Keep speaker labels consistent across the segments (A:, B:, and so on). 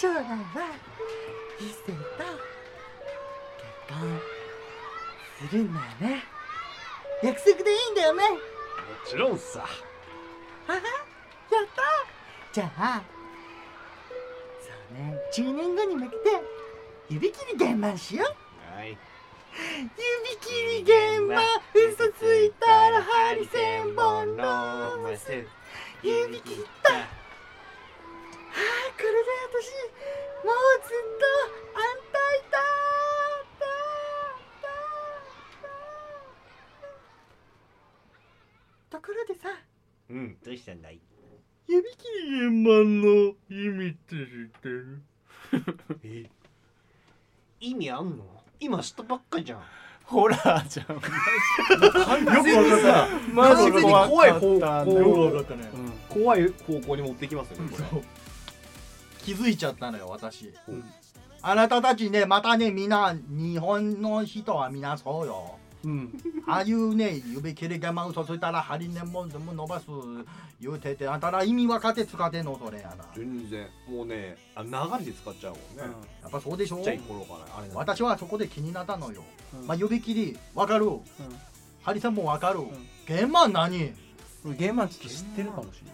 A: 空は伊勢と結婚するんだよね約束でいいんだよね
B: ちろんさ
A: ははやったじゃあそうね10年後に向けて指切り現場しよう
B: はい
A: 指切り現場嘘ついたら針千本の
B: せ
A: 指切ったああこれで私もうずっと安泰だだだだところでさ
B: うんどうしたんだい
A: 指切り円満の意味って知ってる
B: え意味あんの今知ったばっかじゃん
C: ホラーじゃん
D: よくわかった
C: マジ
D: 完全に怖い方向
C: よく
D: を
C: わかったね
D: 怖い方向に持ってきますよねこれ
C: そう
D: 気づいちゃったのよ私、
B: うん
D: あなたたちねまたねみんな日本の人はみんなそうよ
C: うん
D: ああいうね指切り我慢嘘ついたら針ねも全部伸ばす言うててあんたら意味分かって使ってんのそれやなや
B: 全然もうねあ流れで使っちゃうもんね、
D: っぱそうでしょ
B: ちっちゃい頃からあれだ
D: 私はそこで気になったのよ、
C: うん
D: まあ指切り分かる、針さんも分かる、現場何
C: 俺ゲーマンちょっと知ってるかもしれ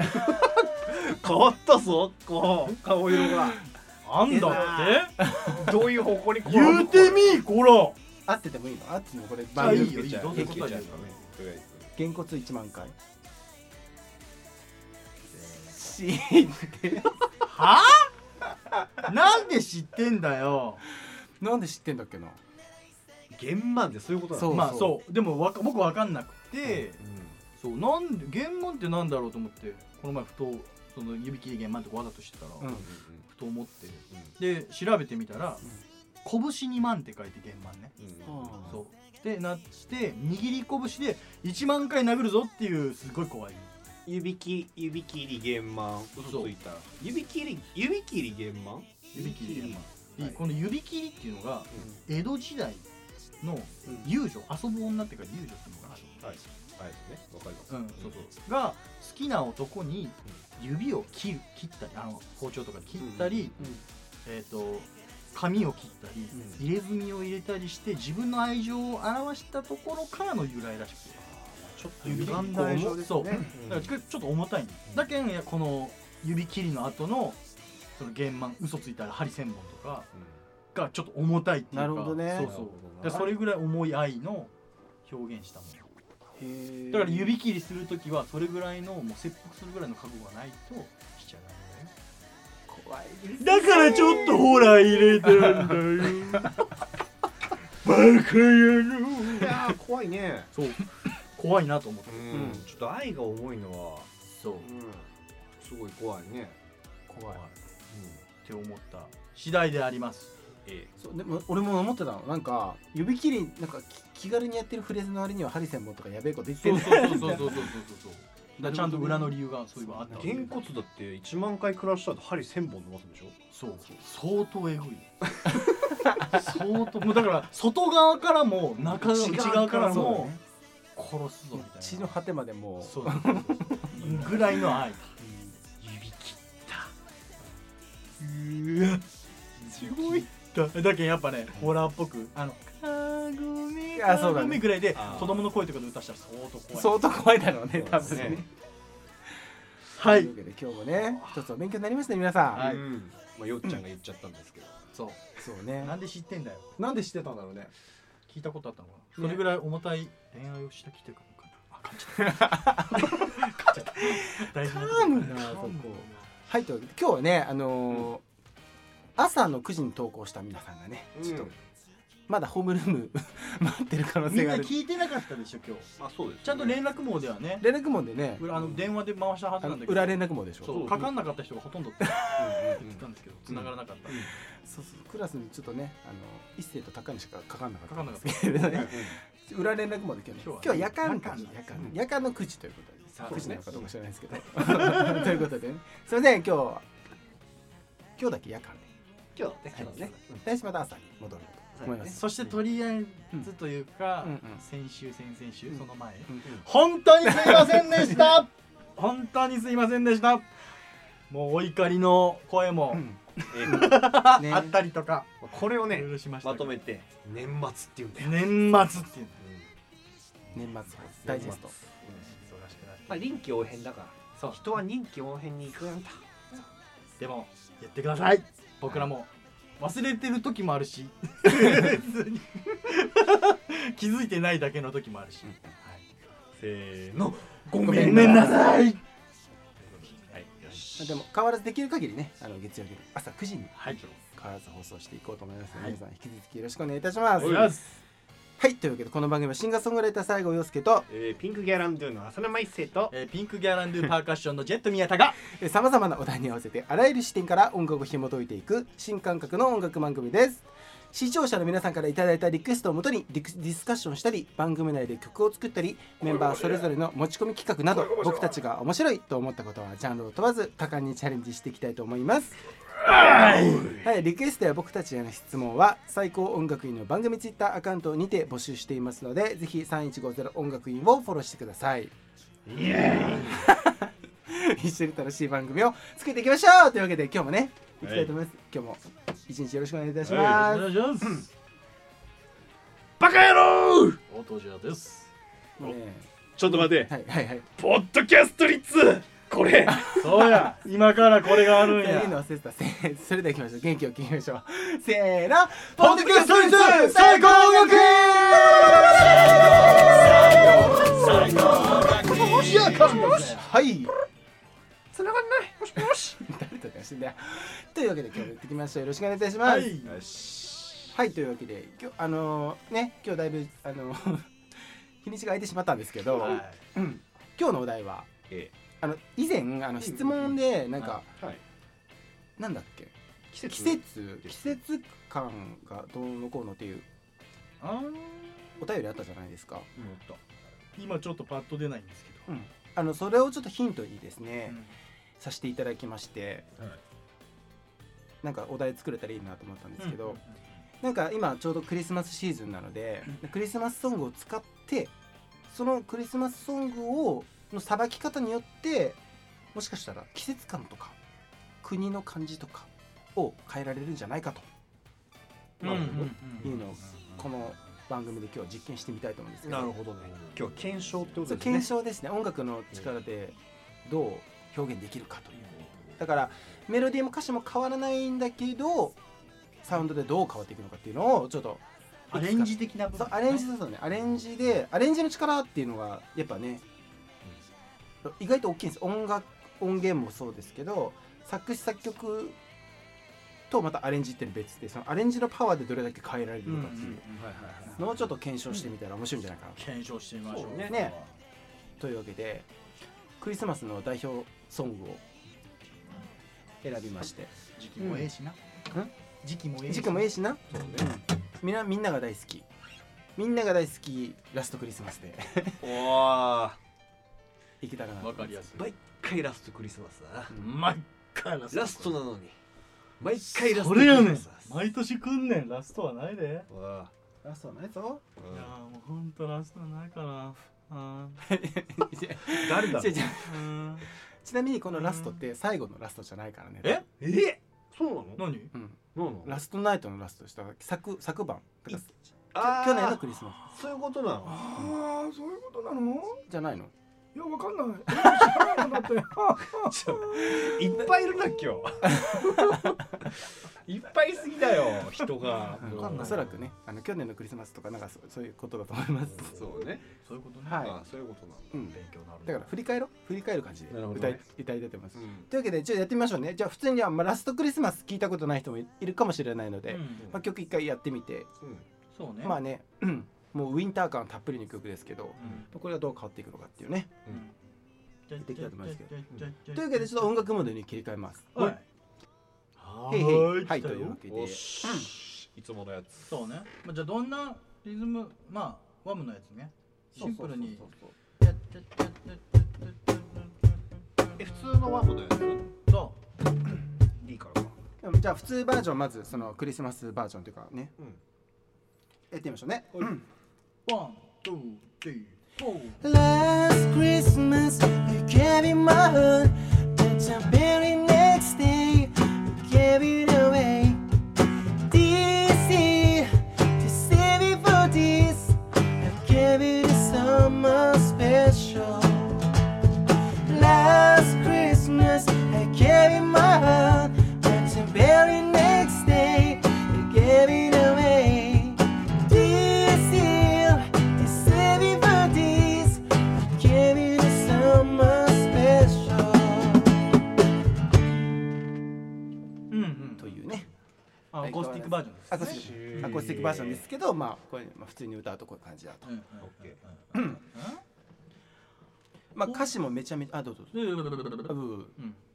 C: ない
B: 変わったぞこう顔色が
D: なんだって
B: どういう方向にこ
D: 言うてみいこら
C: 合っててもいいの合っててもこれ
D: あいい
C: つ
D: よ
C: け
D: いい
C: ちゃ
D: よ
C: う
D: ど
C: 平
D: うせ
C: 気
D: 答え
C: ちゃ
D: だ
C: う
D: よ
C: げんこつ1万回 し
D: は あなんで知ってんだよ
C: なんで知ってんだっけな
B: 現満ってそういうことなの
C: そう
D: まあそうでもわか僕わかんなくて、
B: う
D: そうなんで原文ってなんだろうと思ってこの前ふとその指切り原文ってわざと知ったら、
C: うん
D: ふと思ってで調べてみたら「拳2万」って書いて原文ね
B: んうんうん
C: あー
D: そうってなって握り拳で1万回殴るぞっていうすごい怖い
B: 指切指切り現満嘘ついたら指切り指切り現満
D: 指切り原文、
B: はい
D: でこの指切りっていうのが江戸時代の遊女遊ぶ女っていうか遊女っていうのがある
B: はいはいねわかります
D: うん、そうそうが好きな男に指を切る切ったりあの包丁とかで切ったり、えー、と髪を切ったり、入れ墨を入れたりして自分の愛情を表したところからの由来らしくて
B: ちょっと
D: 指
B: 歪んだ
D: 結構重そうだか
B: うん
D: らちょっと重たいんだだけんいやこの指切りの後のその原漫嘘ついたら針千本とかがちょっと重たいっていうか
C: なるほどね
D: そ
B: な
D: う
B: る
D: そ
B: ほ
D: う
B: ど
D: で
B: な
D: それぐらい重い愛の表現したもの
C: へえ
D: だから指切りするときはそれぐらいのもう切腹するぐらいの覚悟がないとしちゃダ
C: 怖いです
D: メだよだからちょっとホラー入れてるんだよバカ野
B: い
D: 郎
B: やー怖いね
D: そう怖いなと思って
B: うんちょっと愛が重いのは
D: そうっ
B: うんすごい怖いね
C: 怖い
D: て思った次第であります
B: え
C: そうでも俺も思ってたのなんか指切りなんかき気軽にやってるフレーズの割にはハリセンボンとかやべえこと言って
D: そ
C: る
D: う
C: ね
D: そうそうそうそうそうそうそう だからちゃんと裏の理由がそういえばあったわけ
B: げんこつだって1万回暮らした後針1000本伸ばすんでしょ
D: そう相当えぐい相当もうだから外側からも中側内側から
C: そうだ
D: も
C: ね
D: 殺すぞみたい な
C: 血の果てまでもう
D: そうそうそうそうぐらいの愛
B: 指切
D: うわすごいだだけどやっぱねホラーっぽくあの「かぐみ
C: あ
D: か
C: そうだね
D: ぐみ」ぐらいで
B: あー
D: 子供の声とかで歌したら相当怖い
C: 相当怖いだろうね多分
B: そうですね
C: ね
D: は
C: と
D: いう
C: わけで今日もね一つお勉強になりましたね皆さん、
D: はい
B: うんまあよっちゃんが言っちゃったんですけど
D: そう
C: そうね
D: なんで知ってんだよ
C: なんで知ってたんだろうね
D: 聞いたことあったのかなそれぐらい重たい恋愛をしてきてくるかなあ感じた大事な
C: 噛むなそこはいというわけで今日はねあのー朝の9時に投稿した皆さんがね
B: ち
C: ち
B: ょ
C: ょ
B: っ
C: っ
B: と
C: とまだホームルーム 待ってる可能
D: み
C: 性
D: ん
C: があ
D: な
C: る
D: 聞いてなかったでしょ今日
B: まあそうです
D: ちゃんと連絡網ではね
C: 連絡網でね
D: 裏あの電話で回したはず
C: あの
D: なんだけど
C: 裏連絡網でしょ
D: そ
C: そう
D: うかかんなかった人がほとんどって言
B: うんうん
D: ったんですけど繋がらなかった
C: そうクラスにちょっとねあの一斉と高にしかかかんなかった
D: かかんなかった
C: ですけれど
B: うんう
C: ね
B: ん
C: 裏連絡網で今日ね
D: 今
C: 今日
D: 日は
C: は
D: ね
C: 夜間か
D: 夜間
C: 夜間夜間の9時ということで
B: そう
C: 9時な
B: ね
C: のかどうか知らないですけど ということでねすいません今日は今日だけ夜間で
B: 今日ね
C: はい
B: 今日ね
C: 来週また朝に戻ろうと思います
D: そしてとりあえずというか、
C: うん
D: 先週先々週、
C: うん
D: その前、
C: ん
D: 本当にすいませんでした本当にすいませんでしたもうお怒りの声も、
C: うん
B: えー
C: ね
D: あったりとか
B: これをね
D: 許しました
B: ま
D: け
B: と
D: ど
B: めて年末って言うんだよ、
D: 年末っていうの
B: うん
C: 年末ダイジェスト
D: 忙しくなって
B: まあ、臨機応変だから
D: そう
B: 人は臨機応変に行くんだ
D: でもやってください僕らも忘れてる時もあ るし 普通に気づいてないだけの時もあるし、
B: せーの
D: ご
C: めんな
B: は
C: さい
D: さい
B: いよし
C: まあでも変わらずできる限りねあの月曜日の朝9時に
D: はい
C: 変わらず放送していこうと思いますの
D: は
C: で
D: い
C: 皆さん引き続きよろしくお願いいたします
B: お
C: は
B: 願いしま
C: いというわけでこの番組はシンガーソングライター西郷陽介と
B: えーピンクギャランドゥの浅沼一生と
D: えーピンクギャランドゥパーカッションのジェット宮田が
C: さまざまなお題に合わせてあらゆる視点から音楽を紐解いていく新感覚の音楽番組です視聴者の皆さんからいただいたリクエストをもとにディクディスカッションしたり番組内で曲を作ったりメンバーそれぞれの持ち込み企画など僕たちが面白いと思ったことはジャンルを問わず果敢にチャレンジしていきたいと思いますはい、リクエストや僕たちへの質問は最高音楽院の番組ツイッターアカウントにて募集していますのでぜひ3150音楽院をフォローしてください 一緒に楽しい番組を作っていきましょうというわけで今日もねいきたいと思います、今日も一日よろしくお願いいたします、
D: いします
B: バカ野郎
D: おとじゃです
C: もうね
B: ちょっと待て
C: はいはいはい
B: ポッドキャスト率これ
D: そうや今からこれがある
C: い
D: ん
C: い
D: や
C: の忘れてたせーそれでは行きましょう元気を聞きましょうせーのポッドキャストリズ最高音楽
B: 繋が
C: はい
B: んないもしもし
C: 誰とかしてんだよというわけで今日もやっていきましょうよろしくお願いいたします
D: は
C: はいい、
B: よし
C: というわけで今日あのーね今日だいぶあのー日にちが空いてしまったんですけど、
D: は
C: うん、今日のお題は
B: え
C: あの以前あの質問でなんか、
D: は
B: ーはい
C: なんだっけ
B: 季節
C: 季節
B: で
C: 季
B: す
C: 節感がどうのこうのっていう
D: あー
C: お便りあったじゃないですか、
B: うんおっと
D: 今ちょっとパッと出ないんですけど、
C: あのそれをちょっとヒントにですね、
D: うん
C: させていただきましてなんかお題作れたらいいなと思ったんですけど、
D: うん
C: なんか今ちょうどクリスマスシーズンなので、クリスマスソングを使ってそのクリスマスソングをのさばき方によってもしかしたら季節感とか国の感じとかを変えられるんじゃないかと、
D: うんうんうん
C: いうのをこの番組で今日実験してみたいと思うんですけど
B: なるほどね今日は検証ってこと
C: そ
B: で
C: う
B: すね
C: 検証ですね音楽の力でどう表現できるかというだからメロディーも歌詞も変わらないんだけどサウンドでどう変わっていくのかっていうのをちょっと
D: アレンジ的な部
C: そ
D: 分
C: うアレンジそうそうねアレンジでアレンジの力っていうのがやっぱね意外と大きいんです音楽音源もそうですけど作詞作曲とまたアレンジっていうの別でそのアレンジのパワーでどれだけ変えられるのかっていう
B: はいはいはい
C: のをちょっと検証してみたら面白いんじゃないかなと
D: 検証してみましょう
B: そうね
C: ねというわけでクリスマスの代表ソングを選びまして
D: 時期もええしな、
C: うん
D: 時期もええし
C: 時期もええしな
B: そうね
C: みんなみんなが大好きみんなが大好きラストクリスマスで
B: おー
C: いけたかな
D: わかりやすい
B: 毎回ラストクリスマスだな
D: 毎回ラ
B: ラストなのに毎回ラスト
D: そ
B: クリ
D: れや
B: ス
D: ね
B: マ
D: ん
B: スだ
D: 毎年来んねんラストはないで
B: わ
C: ラストはないぞ
B: ー
D: いや
B: う
D: もうほんとラストはないかなあ
B: ん誰だ
C: 違う違う
D: ーうん
C: ちなみにこのラストって最後のラストじゃないからね
D: え
B: えそうなの
D: 何
C: うん
B: なの
C: ラストナイトのラストでした昨昨晩だか
B: あ
C: ら
B: ー
C: 去年のクリスマ
B: そういうことなの
E: ああそういうことなの
C: スじゃないの
E: いやわかんない知らないもんだって
B: ちょいっぱいいるな 今日いっぱいいすぎだよ人が
D: わかんな
C: お
D: い
C: そらくねあの去年のクリスマスとかなんかそうそういうことだと思います
B: そうね
D: そういうことね、
C: はい
B: あそういうことなの
C: うん
D: 勉強になる
C: だから振り返ろう振り返る感じで
B: なるほど
C: 歌い,、
B: ね
C: 歌い出てます、
B: うん
C: というわけでちょっとやってみましょうねじゃあ普通には、まあ、ラストクリスマス聞いたことない人もいるかもしれないので、
D: うん
C: まあ、曲一回やってみて
D: そうね
C: まあねうんもうウィンター感たっぷりの曲ですけど
D: うん
C: これがどう変わっていくのかっていうね
D: うん
C: ってきたと思いますけどと
D: と
C: いうわけでちょっと音楽モードに切り替えます
D: はい
C: 「
D: は
C: へいへい」はいというわけ
B: うんお
C: で
B: しいつものやつ
D: そうね、まあ、じゃあどんなリズムまあワムのやつねシンプルに
C: そうそうそう
B: え普通のワームのやつ
D: そ
B: いいからか
C: そうでもじゃあ普通バージョンまずそのクリスマスバージョンというかね
B: うん
C: やってみましょうね
D: うワン、ツー、スリー、フォー
C: Last Christmas you gave me my heart That's a very n e アコースティック
B: へー
C: アコースティックバージョンですけど、まあ、これ、まあ、普通に歌うとこういう感じだと。まあ、歌詞もめちゃめちゃ、あ、どうぞ。
D: うんう
C: あ
D: ん
C: ブー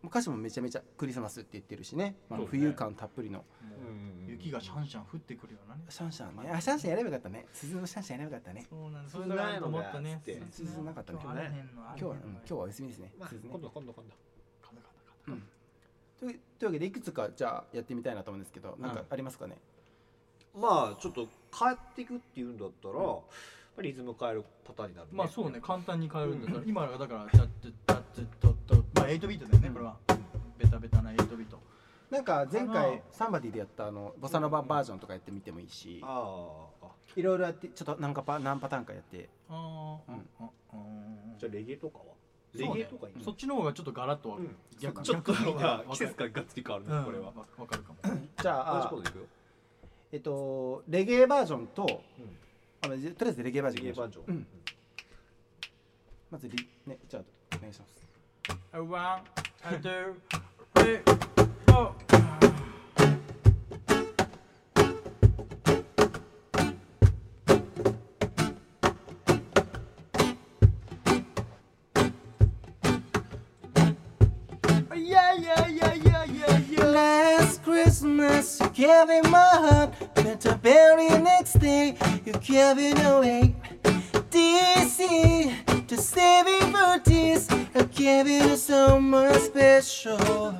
C: 歌詞もめちゃめちゃクリスマスって言ってるしね、まあ
D: そう、ね
C: 冬感たっぷりの
B: うん
D: 雪がシャンシャン降ってくるようなね
C: シャンシャンねあシャンシャンやればよかったね鈴のシャンシャンやればよかったね
D: そうなんです
B: そういうのがあるのか
D: 思ったね
B: つって
C: 鈴なかったね
D: 今日あれへんの
C: 今
D: あれ
C: 日
D: へんの
C: は、うん今日はお休みですね,、
B: まあ
C: 鈴ね
B: 今度今度今度
D: カタカタカタ
C: というというわけでいくつかじゃあやってみたいなと思うんですけどなんかありますかね、
B: まあちょっと変っていくっていうんだったら、やっぱりリズム変えるパターンになるね
D: まあそうね簡単に変えるんだから今のがだから「チャッチャッチャッチャッチャッチャッ」まあ8ビートだよねこれはベタベタな8ビート
C: なんか前
D: あ
C: 回
D: の
C: サンバディでやったあのボサノババージョンとかやってみてもいいし
B: ああ
C: いろいろやってちょっとなんかパ何パターンかやって
D: ああ
C: うん
D: うん
B: じゃあレゲエとかは
D: そう
B: レ
D: ね
B: ゲエとかいい
D: そっちの方がちょっとガラッと
B: うん
D: 逆
B: ちょっと
D: 逆に
B: みんな
D: 分か る
B: 季節感がっつり変わるね、
D: うん
B: これは
D: わわかるかも
C: じゃ
B: 同じ
C: あ
B: こといくよ
C: えっとレゲエバージョンと、
B: ん
C: あのじゃとりあえずレゲエバージョン
B: レゲエ
C: いきま
B: バ
C: しょう
B: ージョン、
C: んまずリねじゃあお願いします
D: One, two, three, four. いやいやいやいやいやいや
C: Last Christmas, you gave me my heart, but the very next day, you gave it away. This year, to save it for this, I gave it to someone special.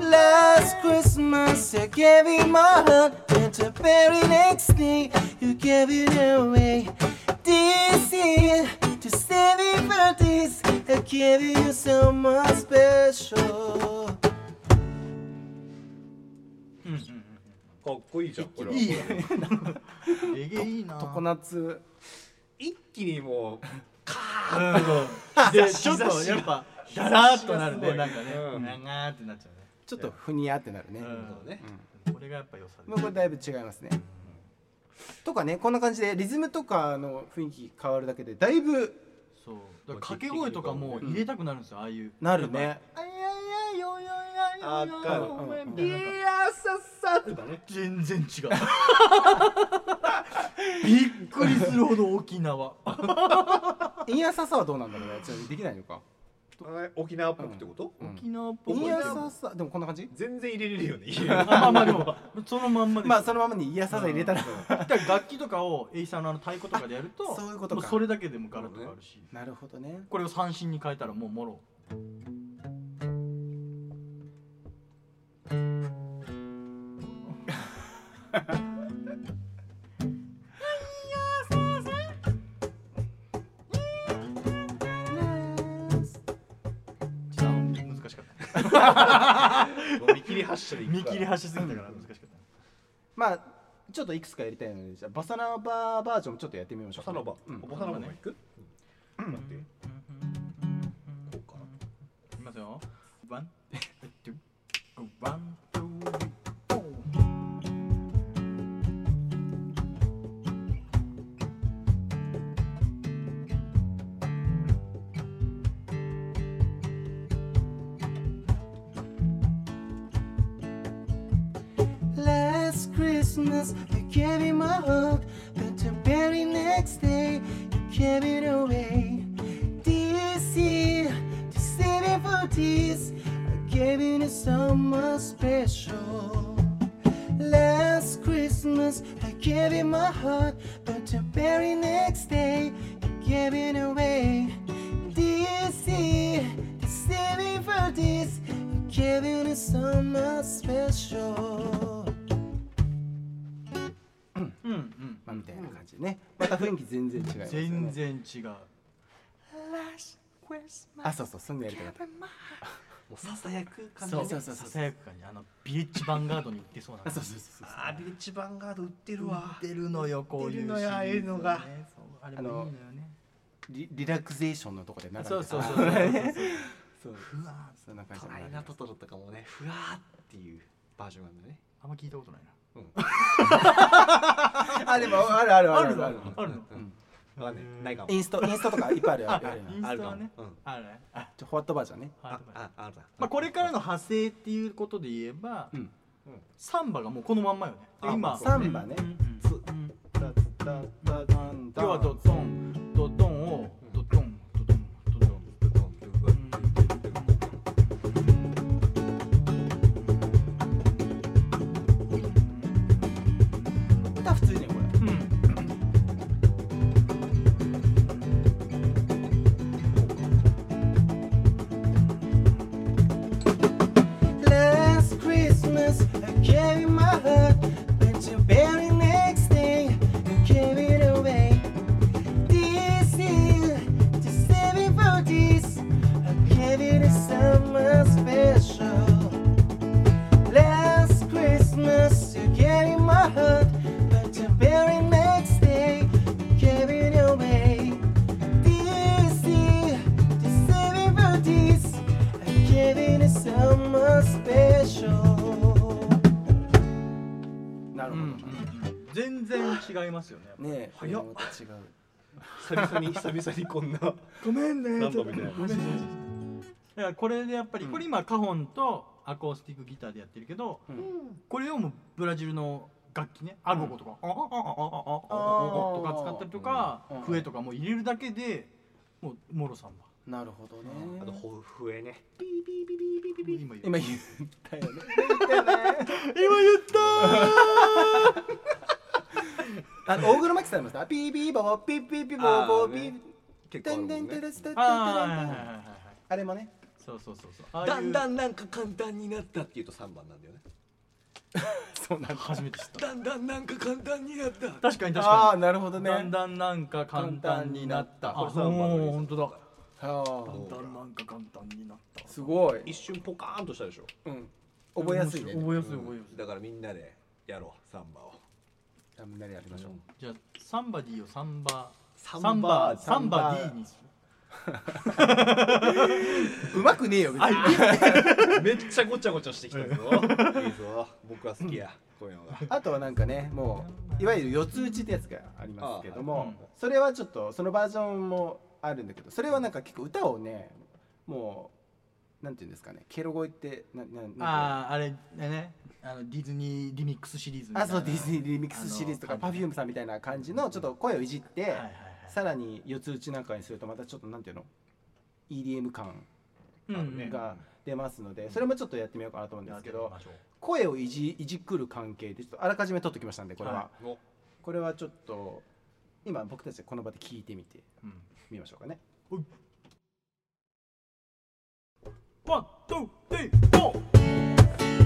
C: Last Christmas, you gave me my heart, but the very next day, you gave it away. This year, to save it for this, I gave it to someone special.
B: かっこいいじゃんこれはい
D: いよねレゲエいいな
C: 常夏
B: 一気にもう
D: うんでちょっとやっぱだらーっとなるねなんかね
B: うん
D: 長ーってなっちゃ
C: ちょっとふにゃってなるね、
D: うね
C: も
B: そうね
D: うんこれがやっぱ良さ
C: うこれだいぶ違いますね、とかねこんな感じでリズムとかの雰囲気変わるだけでだいぶ
D: そうだから掛け声とかも入れたくなるんですよああいう
C: なるね
D: あいやいやよいやいや
B: あ
D: よ
B: かる
D: お前みたい
B: い
D: な
B: や
D: なんか
B: さっさとかね
D: 全然違 うびっくりするほど沖縄
C: インヤーサーサーはどうなんだろうねちょっとできないのか
B: あ沖縄っぽくってこと、
C: うん
D: 沖縄っぽ
C: イ
D: く
C: ン
D: て
C: ヤーサーサーでもこんな感じ
B: 全然入れれるよね
D: あまあまあでもそのまんまです
C: まあそのままにインヤーサーサー入れたら、
D: だから楽器とかをエイサーのあの太鼓とかでやると
C: あそういうことか
D: もそれだけでもガラッと変わるし
C: なるほどね
D: これを三振に変えたらもうもろちょっと難しかった
B: もう見切り発車でいくから
D: 見切り発車すぎたから難しかった
C: まあちょっといくつかやりたいのでじゃあバサナババージョンもちょっとやってみましょ
B: ボ
C: うか
B: サノ
C: ね、
B: バ、
C: うん
B: ボサノバも行く、うん、待ってこ
D: い
B: うかな
D: ますよワン、ツー、ワン、ツー、
C: Last Christmas, you gave me my heart, but the very next day, you gave it away. This year, to save it for this, I gave it to someone special. Last Christmas, I gave it my heart, but the very next day, you gave it away. This year, to save it for this, I gave it to someone special.
D: うんうん
C: まあ、みたいな感じでね、また雰囲気全然違いますよ
D: 全
C: ね
D: 然違う
C: あそうそうそんなやり方だ
B: もうささやく感じ
C: そう
D: そうそうささやく感じあのビレッジヴァンガードに売ってそうな
C: あそうそうそうそう
B: あービレッジヴァンガード売ってるわ
D: 売ってるのよこういうシリーズ
B: 売
D: ね
B: ってるのよああいうのが
D: そうあれもいいのよね
C: リリラクゼーションのとこで流れて
D: そうそうそう
C: う
D: そう
C: そう
D: うわ
C: そんな感じ
B: ト
C: で
B: ライナトトロとかもねふわーっていうバージョンなんだね
D: あんま聞いたことないな
C: あでもあるあるある
D: あるあるの
B: わかんないないかも
C: インストインストとかいっぱいあるよあるよあるよ
D: インス
B: ある
D: ト
B: か
D: は
B: も、
D: ね
B: うん
D: あるねあ
C: ちょホワットバージョンね
D: はい
B: あああるな
D: まあこれからの派生っていうことで言えば
C: うん
B: うん
D: サンバがもうこのまんまよねで今
C: サンバね
D: うんうん
B: つ
D: 今日はドトンドトンをドトンドトンドトン
C: 歌普通ねこれ
D: うん
C: Last Christmas, I gave you my heart, but the very next day, you gave it away. This year, to save it for this, I gave it a summer special. Last Christmas, you gave me my heart, but the very next day, you gave it away. This year, to save it for this, I gave it a summer special. なる
D: うんうん全然違いますよねやっぱ
C: ねえ、
D: 早っ
C: また違う。
B: 久々に久々にこんな
E: ごめんね
B: なん
E: ち
B: か
E: ょっと
B: みたいな
E: ごめんね
D: だからこれでやっぱりこれ今カホンとアコースティックギターでやってるけどこれをもうブラジルの楽器ねアルゴとか「ああああああああとか使ったりとか
C: うん
D: 笛とかも入れるだけでもうモロさんだ
C: なるほどね。
B: あとほ笛ね
D: 今言う
C: 今言ったよね。 あの大黒摩季さんもさ、ピーピーボーピーピーピーボーボーピー。
B: 結
C: て
B: 構ある
C: んて
B: も
C: ん
B: ん
C: て
B: ね
C: れすてんてんてれんてん
D: ああはいはいはいはいはい
C: あれもね。
D: そうそうそうそうああいう
B: だんだんなんか簡単になったっていうと3番なんだよね
C: そうなんだ。
D: 初めて知った
B: だんだんなんか簡単になった
D: 確かに確
C: あ
D: か
C: あ、なるほど
D: に
C: ね。
D: だんだんなんか簡単になった
B: これ
D: あも
B: 三番の
D: う本当だ
C: あ
D: だん
C: あ、
D: だんなんか簡単になった
C: すごい。
B: 一瞬ポカーンとしたでしょ
C: うん。覚えやすいね。
D: 覚えやすい覚えやすい
B: だからみんなでやろうサンバを
C: あみんなでやりましょう。
D: じゃあサンバディをサンバ
B: サ
D: サンバサ
C: サ
D: ン
C: ン
D: バ
C: バ
D: ディにする
C: うまくねえよ。別に
B: めっちゃごちゃごちゃしてきたぞ いいぞ僕は好きやこういうのが
C: あとはなんかね、もういわゆる四つ打ちってやつがありますけど
D: ああ
C: も
D: うん、
C: それはちょっとそのバージョンもあるんだけど、それはなんか結構歌をね、もうなんていうんですかね、ケロ声ってなななんていうの
D: あああれねあのディズニーリミックスシリーズみたい
C: あ
D: な
C: そうディズニーリミックスシリーズと
D: あ
C: か
D: の感
C: パ
D: じ
C: フュームさんみたいな感じのちょっと声をいじって、
D: はいはい
C: さらに四つ打ちなんかにするとまたちょっとなんていうの EDM 感
D: はいうんうん
C: が出ますので、それもちょっとやってみようかなと思うん
D: や
C: で
D: っ
C: す
D: て
C: け
D: み
C: ど
D: ましょう
C: 声をいじいじくる関係でちょっとあらかじめ取ってきましたんでこれは、
D: は
B: お
C: これはちょっと今僕たちでこの場で聞いてみて
D: うん
C: みましょうかね。
D: ワン、ツー、スリー、フォー。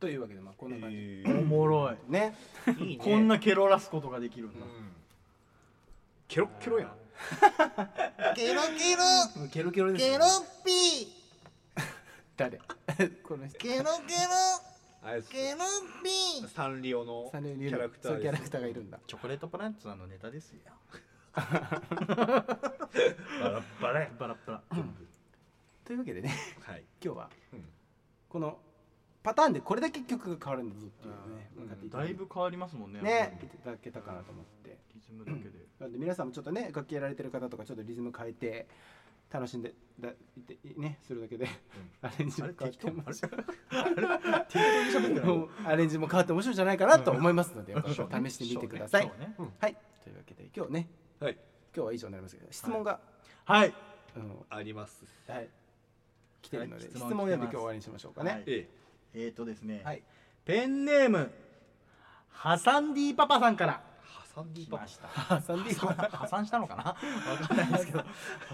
C: というわけでまあこんな感じ、
B: え
D: おもろい。
C: ね。
B: ーいいね
D: こんなケロらすことができる
B: う
D: んだ。
B: んケロッケロやん
C: ケロケロです、ケロッピー。誰？ この人。
B: あれケロピーサンリオのキ
C: サンリオにいる
B: ャラクタ
C: そ
B: ー
C: ういう
B: です
C: キャラクターがいるんだ。
D: チョコレートプラネットさんのネタですよ。
B: バラッバラや
D: バラッバラ。
C: というわけでね、
B: はい
C: 今日は
B: うん
C: このパターンでこれだけ曲が変わるんだぞっていうのをね、
B: うん
C: 分かっていただ
D: だ
C: い
D: いぶ変わりますもんね。
C: てね、見ていただけたかなと思って。
D: リズムだけで。
C: なんで皆さんもちょっとね、楽器やられてる方とかちょっとリズム変えて楽しんでだいてねするだけで、アレンジ
D: あ
C: も
D: れ
C: 変わっ
D: 適当
C: ても
D: あれ適当に喋って
C: もうアレンジも変わって面白いんじゃないかなと思いますので、よかったら試してみてください。
D: そうねそうね
C: はい、というわけで今日ね、
B: はい
C: 今日は以上になりますけど、質問が、
D: はい。
C: あの
B: あります
C: はい。来てるので、
D: はい
C: 質問を読んで今日終わりにしましょうかね。
D: はい
B: え
D: えっとです
C: は
D: ね
C: い。
D: ペンネーム。ハサンディパパさんから。
B: えハサミ
D: 来
B: パ
D: ました。
C: ハサンディ
D: 破産破産したのかなわかんないですけど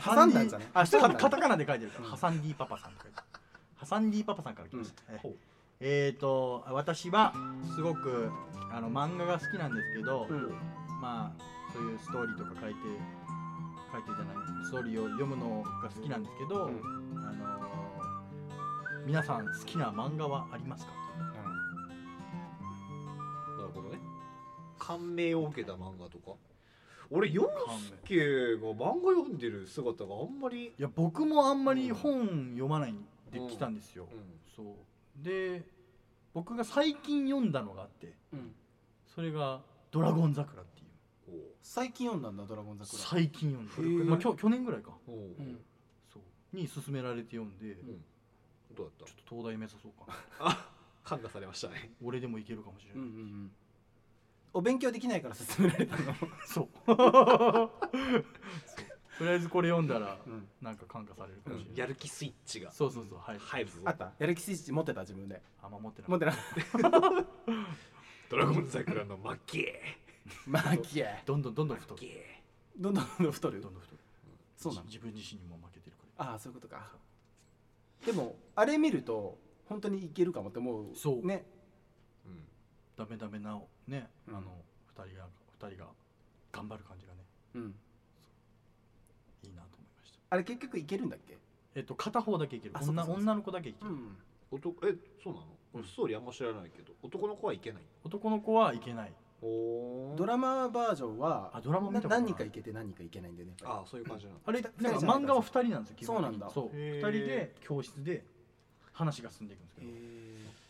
C: 挟んだんじゃない
D: あそう
C: 挟んだん
D: カタカナで書いてるからハサンディパパさんって書いてあるハサンディパパさんから来ました、
B: ほう
D: えっ、ー、と私はすごくあの漫画が好きなんですけど、
C: うん。
D: まあそういうストーリーとか書いて書いてじゃないストーリーを読むのが好きなんですけど、
C: うん
D: あのー皆さん好きな漫画はありますか
B: なるほどね感銘を受けた漫画とか俺洋介が漫画読んでる姿があんまり、
D: いや僕もあんまり本読まないんで
B: うん
D: 来たんですよ、
B: うん
D: そうで僕が最近読んだのがあって
C: うん
D: それが「ドラゴン桜」っていう
B: こ
C: 最近読んだんだドラゴン桜
D: 最近読んで
C: へー
D: る、まあ、きょ去年ぐらいか
B: うおう
C: うん
D: そうに勧められて読んで、
B: んどうだっ
D: ちょっと東大目指そうかな
B: たあ感化されましたね
D: 俺でもいけるかもしれ
C: うんう
D: なんい、
C: うんお勉強できないから勧められたの
D: そうそうとりあえずこれ読んだら
C: うん
D: なんか感化されるかもしれない、
B: やる気スイッチが
D: そうそうそうはい
B: 入るぞ
C: あったやる気スイッチ持ってた自分で
D: あんま持ってない
C: 持ってなかっ
B: ドラゴン桜の負け
C: たマーキー
D: どんどんどんどん太る
C: どんどんどんどん太る
D: どんどん太る
C: そうなの
D: 自分自身にも負けてるから
C: ああそういうことかでもあれ見ると本当にいけるかもって思う
D: そう
C: ね
B: うん
D: ダメダメなおね、
C: うん
D: あの二人が二人が頑張る感じがね
C: うん
D: いいなと思いました
C: あれ結局いけるんだっけ
D: えっと片方だけいける
C: あそうか
D: 女
C: そうか
D: 女の子だけいける、
C: ん
B: 男えそうなの俺ストーリーあんま知らないけど男の子はいけない
D: 男の子はいけない
B: お
C: ドラマバージョンは
D: あドラマ見
C: な
D: たことない
C: 何人かいけて何人かいけないんでねやっぱ
B: ああそういう感じなの
D: あれ
C: ふ
D: な
C: た二
D: んか
C: 人じゃない
D: 漫画は二人なんですよ基本的に
C: そうなんだ
D: そう
B: へー
D: 二人で教室で話が進んでいくんですけ
C: り
D: ど
C: へ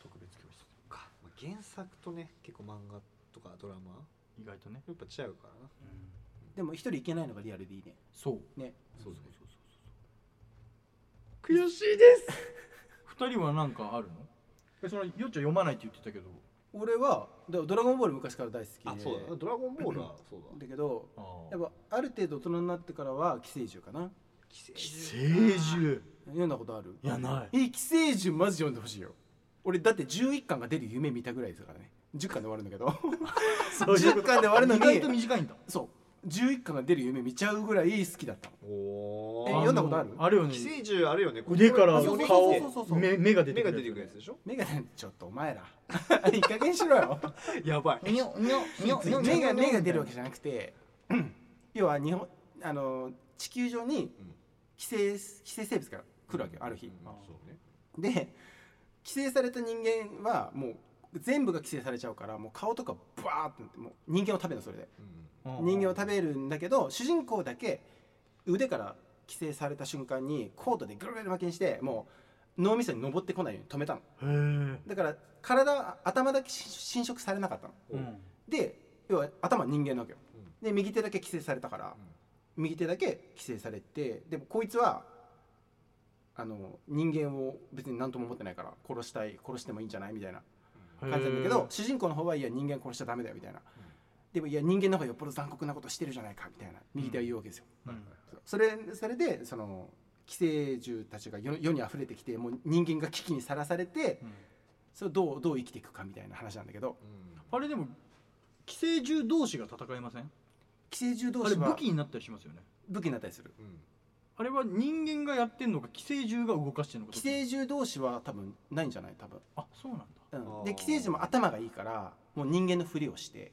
D: 特別教室
B: かまあ原作とね結構漫画とかドラマ
D: 意外とね、
B: やっぱ違うからな
D: うん
C: ーでも一人いけないのがリアルでいいね
D: そう
C: ね
B: そうそうそうそう悔しいです
D: 二人は何かあるのえそのよっちゃん読まないって言ってたけど
C: 俺はだドラゴンボール昔から大好きで
B: あそうだなドラゴンボールはそうだ
C: だけど
D: あ
C: やっぱある程度大人になってからは寄生獣かな
B: 寄
D: 寄
B: 生
D: 生獣
C: 読んだことある
D: いやない
C: え寄生獣マジ読んでほしいよ俺だって11巻が出る夢見たぐらいですからね10巻で終わるんだけど
D: そういうこ
C: 10
D: と
C: 巻で終わるの
D: 意外と
C: に
D: 短いんだ
C: そう11巻が出る夢見ちゃうぐらい好きだったの
B: おー
C: え読んだことある
D: のあるよね
B: 寄生獣あるよね
D: 腕から
C: そうそう
D: 顔
C: そうそうそう
D: 目目が出
B: 目
D: てく
B: が
D: る
B: 出てくるや
D: や
B: つでしょ
C: メガネちょっとお前ら いい加減しろよ
B: やばい
D: つにょにょにょにょ
C: 目が目が出るわけじゃなくて要は日本あの地球上に
B: うん
C: 寄生寄生生物が来るわけよある日、
B: まあそうね
C: で寄生された人間はもう全部が寄生されちゃうからもう顔とかバーってなってもう人間を食べるのそれで
B: うん
C: 人間を食べるんだけど主人公だけ腕から寄生された瞬間にコートでぐるぐる巻きにしてもう脳みそに登ってこないように止めたの
D: べ
C: だ
D: へ
C: から体頭だけ侵食されなかったの
D: え
C: で要は頭人間なわけよ
B: うん
C: で右手だけ寄生されたから右手だけ寄生されてでもこいつはあの人間を別に何とも思ってないから殺したい殺してもいいんじゃないみたいな
D: うん
C: 感じなんだけ
D: へ
C: ど
D: え
C: 主人公の方はいや人間殺しちゃダメだよみたいな、でもいや人間の方がよっぽど残酷なことしてるじゃないかみたいな右手は言うわけですよ、
D: うん
C: それそれでその寄生獣たちが世世に溢れてきてもう人間が危機にさらされて
D: うん
C: それをどうどう生きていくかみたいな話なんだけど
B: うん
D: あれでも寄生獣同士が戦いません
C: 寄生獣同
D: あれ
C: 士は
D: 武器になったりしますよね
C: 武器になったりする
B: うん
D: あれは人間がやってんのか寄生獣が動かしてんのか
C: 寄生獣同士は多分ないんじゃない多分
D: あそうなん
C: う
D: だ
C: ん
B: あー
C: で寄生獣も頭がいいからもう人間のふりをして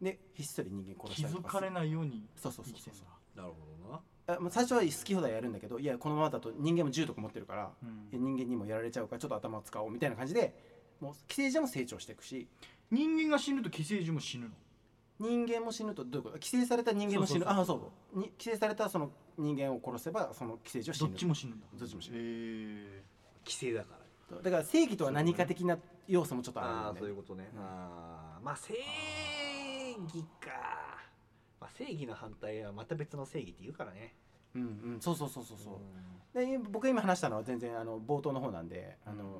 C: でひっそり人間殺し
D: 気
C: たり
D: づ
C: とか
D: かれないように
C: そうそう
D: 生
C: そう
D: きてんだ
C: そう
B: なるほどな
C: あまあ最初は好き放題やるんだけどいやこのままだと人間も銃とか持ってるから、
D: うん
C: いや人間にもやられちゃうからちょっと頭を使おうみたいな感じでもう寄生獣も成長していくし
D: 人間が死ぬと寄生獣も死ぬの
C: 人間も死ぬとどういうこと寄生された人間も死ぬ
D: そうそうそう
C: ああそうに寄生されたその人間を殺せばその寄生獣は死
D: ど
C: ぬ
D: っちも死ぬんだ
C: どっちも死ぬ
D: へえ
B: 寄生だから
C: だから正義とは何か的な要素もちょっと
B: あ
C: あ
B: あ
C: る
B: そう
C: よ
B: い
C: ね
B: うことね、
C: うん
B: ああまあ正義か、まあ、正義の反対はまた別の正義って言うからね
C: うんうんそうそうそうそうそううんで僕が今話したのは全然あの冒頭の方なんであの、
B: うん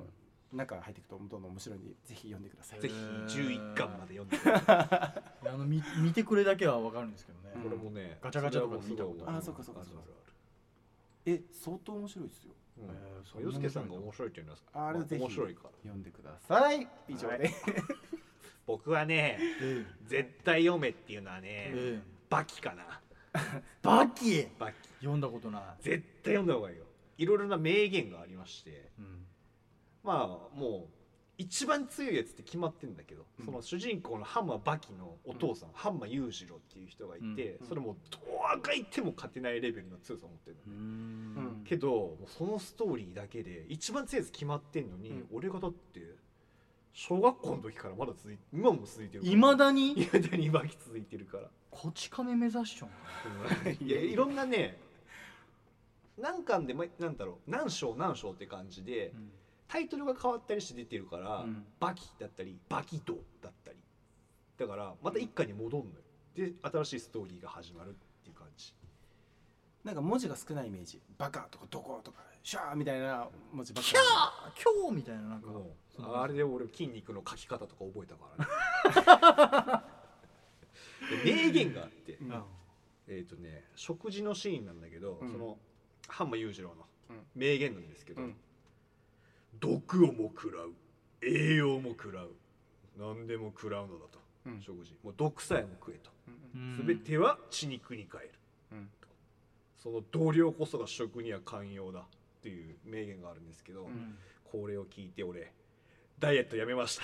C: 中入っていくとどんどん面白いんでぜひ読んでください
B: ぜひ11巻まで読んで、
D: あのみ見てくれだけは分かるんですけどね
C: うん
B: これもね
D: ガチャガチャとかで見たこと
C: あるあそうかそうかそうか
B: ある
C: え相当面白いですよ
B: ある
D: へーそ
B: うんん
D: な
B: 洋
D: 面白いん
B: 介
D: だ
B: さんが面白いって言うんです
C: あれぜひ
B: 面白いから
C: 読んでください以上です、
B: 僕はね
D: え
B: 絶対読めっていうのはね、
D: え
B: バキかな
D: バキ
B: バキ
D: 読んだことない
B: 絶対読んだ方がいいよいろいろな名言がありまして
D: うん
B: まあもう一番強いやつって決まってんだけど、
C: うん
B: その主人公のハンマーバキのお父さん、ハンマー裕次郎っていう人がいて、
C: うん
B: それもうどうがいても勝てないレベルの強さを持ってるの、
D: う
C: うん
D: ん
B: けどもうそのストーリーだけで一番強いやつ決まってんのに、
C: うん
B: 俺がだって小学校の時からまだ続いて今も続いてる
D: いまだに
B: いまだに今き続いてるから
D: こち亀目指しちゃう
B: いやいろんなね何巻でまなんだろう何章何章って感じで
D: ん
B: タイトルが変わったりして出てるから、
D: うん
B: バキだったりバキドだったりだからまた一巻に戻んのよで新しいストーリーが始まるっていう感じ
C: なんか文字が少ないイメージバカとかどことかシャーみたいな文字ばっか
D: あ今日みたいななんか
B: もう
D: そう
B: あれで俺筋肉の書き方とか覚えたからね で名言があって、
C: り、うん
B: えっ、とね食事のシーンなんだけど、
C: うん
B: その半間裕次郎の
C: うん
B: 名言なんですけど、
C: うん
B: 毒をも食らう栄養も食らう何でも食らうのだと、
C: うん
B: 食事もう毒さえも食えと、
D: うん
B: 全ては血肉に変える、
C: うん
B: とその同僚こそが食には寛容だっていう名言があるんですけど、
D: うん
B: これを聞いて俺ダイエットやめました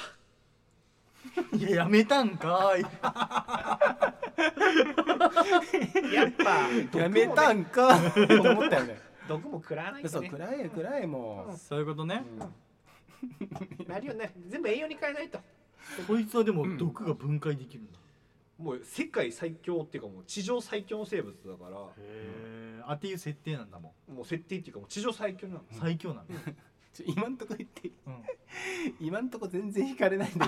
D: いややめたんかーい
B: やっぱ
C: やめたんかと思ったよね
B: 毒も食らわない
C: そう暗い暗いもう
D: そういうことね
B: なるよね全部栄養に変えないと
D: こいつはでも毒が分解できるんだ
B: もう世界最強っていうかもう地上最強の生物だから
D: へえあっていう設定なんだもん
B: もう設定っていうかもう地上最強なの、
D: 最強なんだ
C: ちょ今んとこ言っていい
D: うん
C: 今んとこ全然引かれないんだ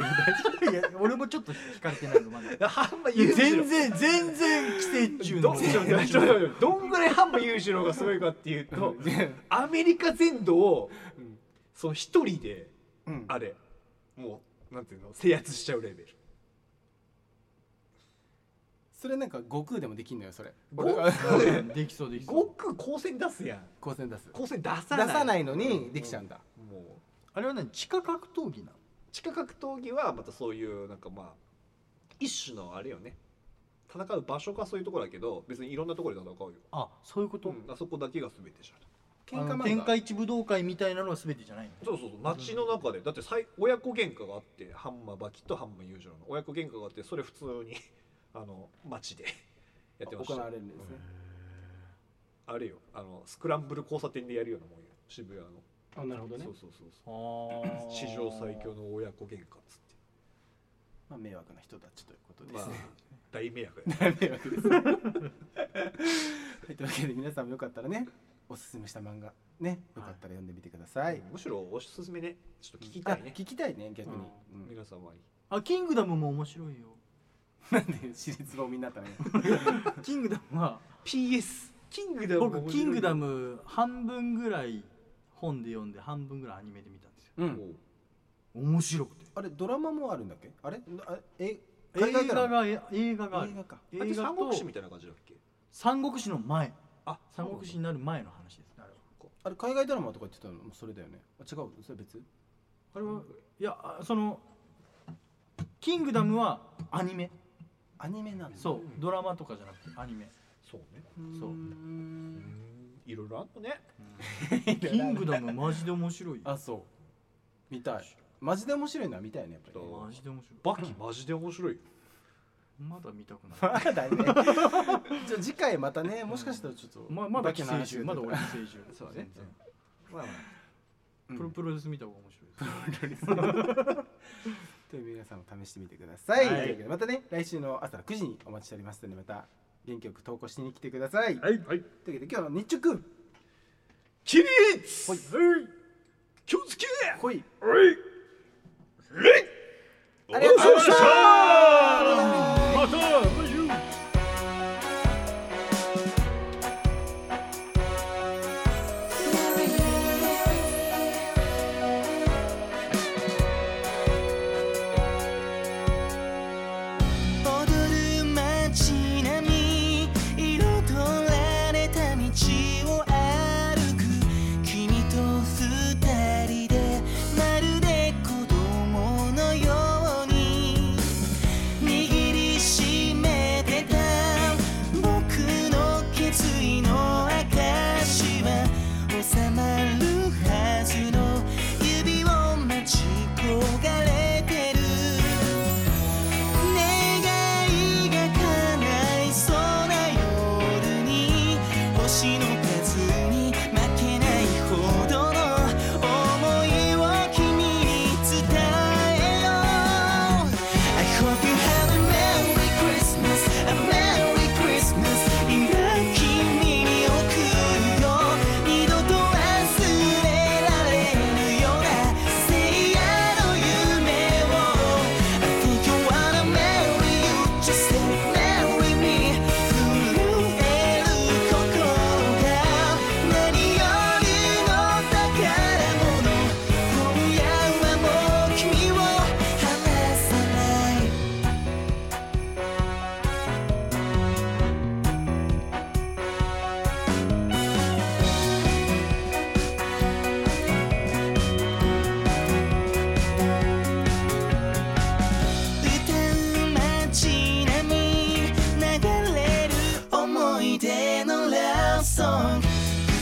C: けど
D: いや俺もちょっと惹かれ てないのまだ
B: ハンマ裕次郎
D: 全然全然寄生虫
B: ど
D: の
B: っちのちょちょちょどんぐらいハンマ裕次郎がすごいかって いうと
C: 大丈
B: アメリカ全土を
C: うん
B: その一人で
C: 夫うん
B: あれもうなんていうの制圧しちゃうレベル
C: それなんか悟空でもできんのよそれ
B: 悟空
C: 俺が
D: うんできそうできそう
B: 悟空光線出すやん
C: 光線出す
B: 光線出さ
C: 出
B: ない
C: さないのにできちゃうんだ
B: もう
D: あれは何地下格闘技なの
B: 地下格闘技はまたそういうなんかまあ一種のあれよね戦う場所がそういうところだけど別にいろんなところで戦うよ、
D: あそういうこと、
B: うんあそこだけが全てじゃない
D: あの
C: 漫画
D: 天下一武道会みたいなのは全てじゃないの
B: そうそうそう街の中でだって最親子喧嘩があってハンマーバキとハンマー裕次郎の親子喧嘩があってそれ普通にあの街でやってまし
C: 行
B: た
C: われるんですね
B: あれよあのスクランブル交差点でやるようなもんよ渋谷の、
C: あなるほどね
B: そうそうそうそう
D: あー
B: 史上最強の親子喧嘩っつって
C: まあ迷惑な人たちということで
B: まあ
C: すね
B: 大迷惑 や
C: 迷惑ですはいというわけで皆さんもよかったらねおすすめした漫画ねよかったら読んでみてください
B: むしろおすすめねちょっと聞き
C: あ
B: たいね
C: 聞きたいね逆にうん
B: 皆様に
D: あキングダムも面白い よ
C: なん で私立本みんなったのよ
D: キングダムは
B: PS キングダム
D: 僕キングダム半分ぐらい本で読んで半分ぐらいアニメで見たんですよ
C: うん
D: 面白くて
C: あれドラマもあるんだっけあれあえ
D: 映
C: 海外ドラ
D: 画
C: マ
D: がえ映画がある
C: 映画か
B: あれ
D: 映画
B: 三国
D: と
B: 志みたいな感じだっけ
D: 三国志の前
B: あ
D: 三国志になる前の話ですね
C: あれ海外ドラマとか言ってたのもそれだよねあ違うそれ別
D: あれはいやあそのキングダムはアニメ
C: アニメなんだ
D: そう、ドラマとかじゃなくてア ニメ
B: そうね
D: そう
C: うん
B: いろいろあんのね
D: キングダムマジで面白いよ
C: あそう見たいマジで面白いな見たいねやっぱりね
D: マジで面白い
B: バキマジで面白いよ
D: まだ見たくない
C: まだね。じゃあ次回またね、もしかしたらちょっと。
D: ままだ寄生
C: 話
D: 虫まだ俺寄 生虫
B: そうだね
D: 全然
C: まあまあ。
D: プロプロレス見た方が面白いです
C: という皆さんも試してみてください。
D: は
C: と
D: い
C: いうわけでまたね、来週の朝9時にお待ちしておりますので、また元気よく投稿しに来てください。
B: はいはい
C: というわけで今日の日直、
B: 起立はい気をつけ
C: ほい。
B: はい礼
C: ありがとうございました
B: また来週
F: 「踊る街並み」「彩られた道を歩く」「君と二人でまるで子供のように」「道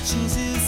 F: 地図